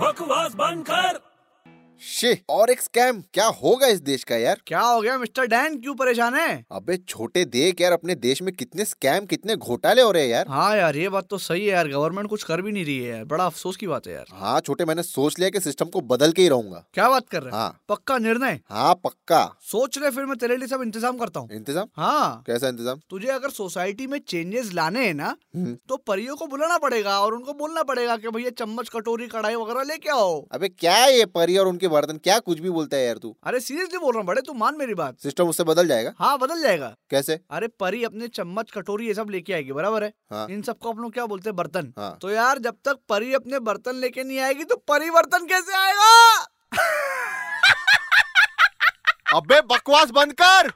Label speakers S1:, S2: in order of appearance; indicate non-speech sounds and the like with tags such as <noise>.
S1: बकवास बंद कर
S2: शे और एक स्कैम क्या होगा इस देश का यार
S3: क्या हो गया मिस्टर डैन क्यों परेशान है
S2: अबे छोटे देख यार अपने देश में कितने स्कैम कितने घोटाले हो रहे हैं यार
S3: हाँ यार ये बात तो सही है यार गवर्नमेंट कुछ कर भी नहीं रही है यार बड़ा अफसोस की बात है यार
S2: हाँ छोटे मैंने सोच लिया कि सिस्टम को बदल के ही रहूंगा
S3: क्या बात कर रहे हैं
S2: हाँ
S3: पक्का निर्णय
S2: हाँ पक्का
S3: सोच ले फिर मैं तेरे लिए सब इंतजाम करता हूँ
S2: इंतजाम
S3: हाँ
S2: कैसा इंतजाम
S3: तुझे अगर सोसाइटी में चेंजेस लाने हैं ना
S2: हम्म।
S3: तो परियों को बुलाना पड़ेगा और उनको बोलना पड़ेगा कि भैया चम्मच कटोरी कढ़ाई वगैरह लेके आओ
S2: अबे क्या है ये परी और उनके बर्तन क्या कुछ भी बोलता है यार तू
S3: अरे सीरियसली बोल रहा हूँ बड़े तू मान मेरी बात
S2: सिस्टम उससे बदल जाएगा
S3: हाँ बदल जाएगा
S2: <laughs> कैसे
S3: अरे परी अपने चम्मच कटोरी ये सब लेके आएगी बराबर है
S2: हाँ।
S3: इन सबको अपन लोग क्या बोलते हैं बर्तन
S2: हाँ।
S3: तो यार जब तक परी अपने बर्तन लेके नहीं आएगी तो परी बर्तन कैसे आएगा
S2: अबे बकवास बंद कर